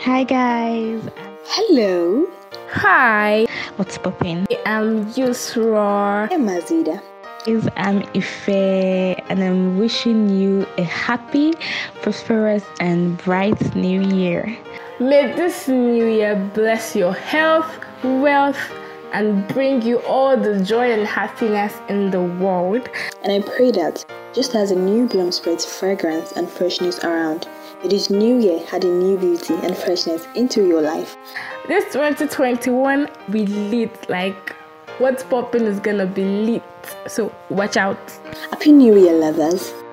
Hi guys. Hello, Hi, What's poppin'? I'm Yusra. I'm Azida. Guys, I'm Ife and I'm wishing you a happy, prosperous and bright new year. May this new year bless your health, wealth, and bring you all the joy and happiness in the world. And I pray that, just as a new bloom spreads fragrance and freshness around, may this new year add a new beauty and freshness into your life. This 2021, we lit like what's popping is gonna be lit. So watch out. Happy New Year, lovers!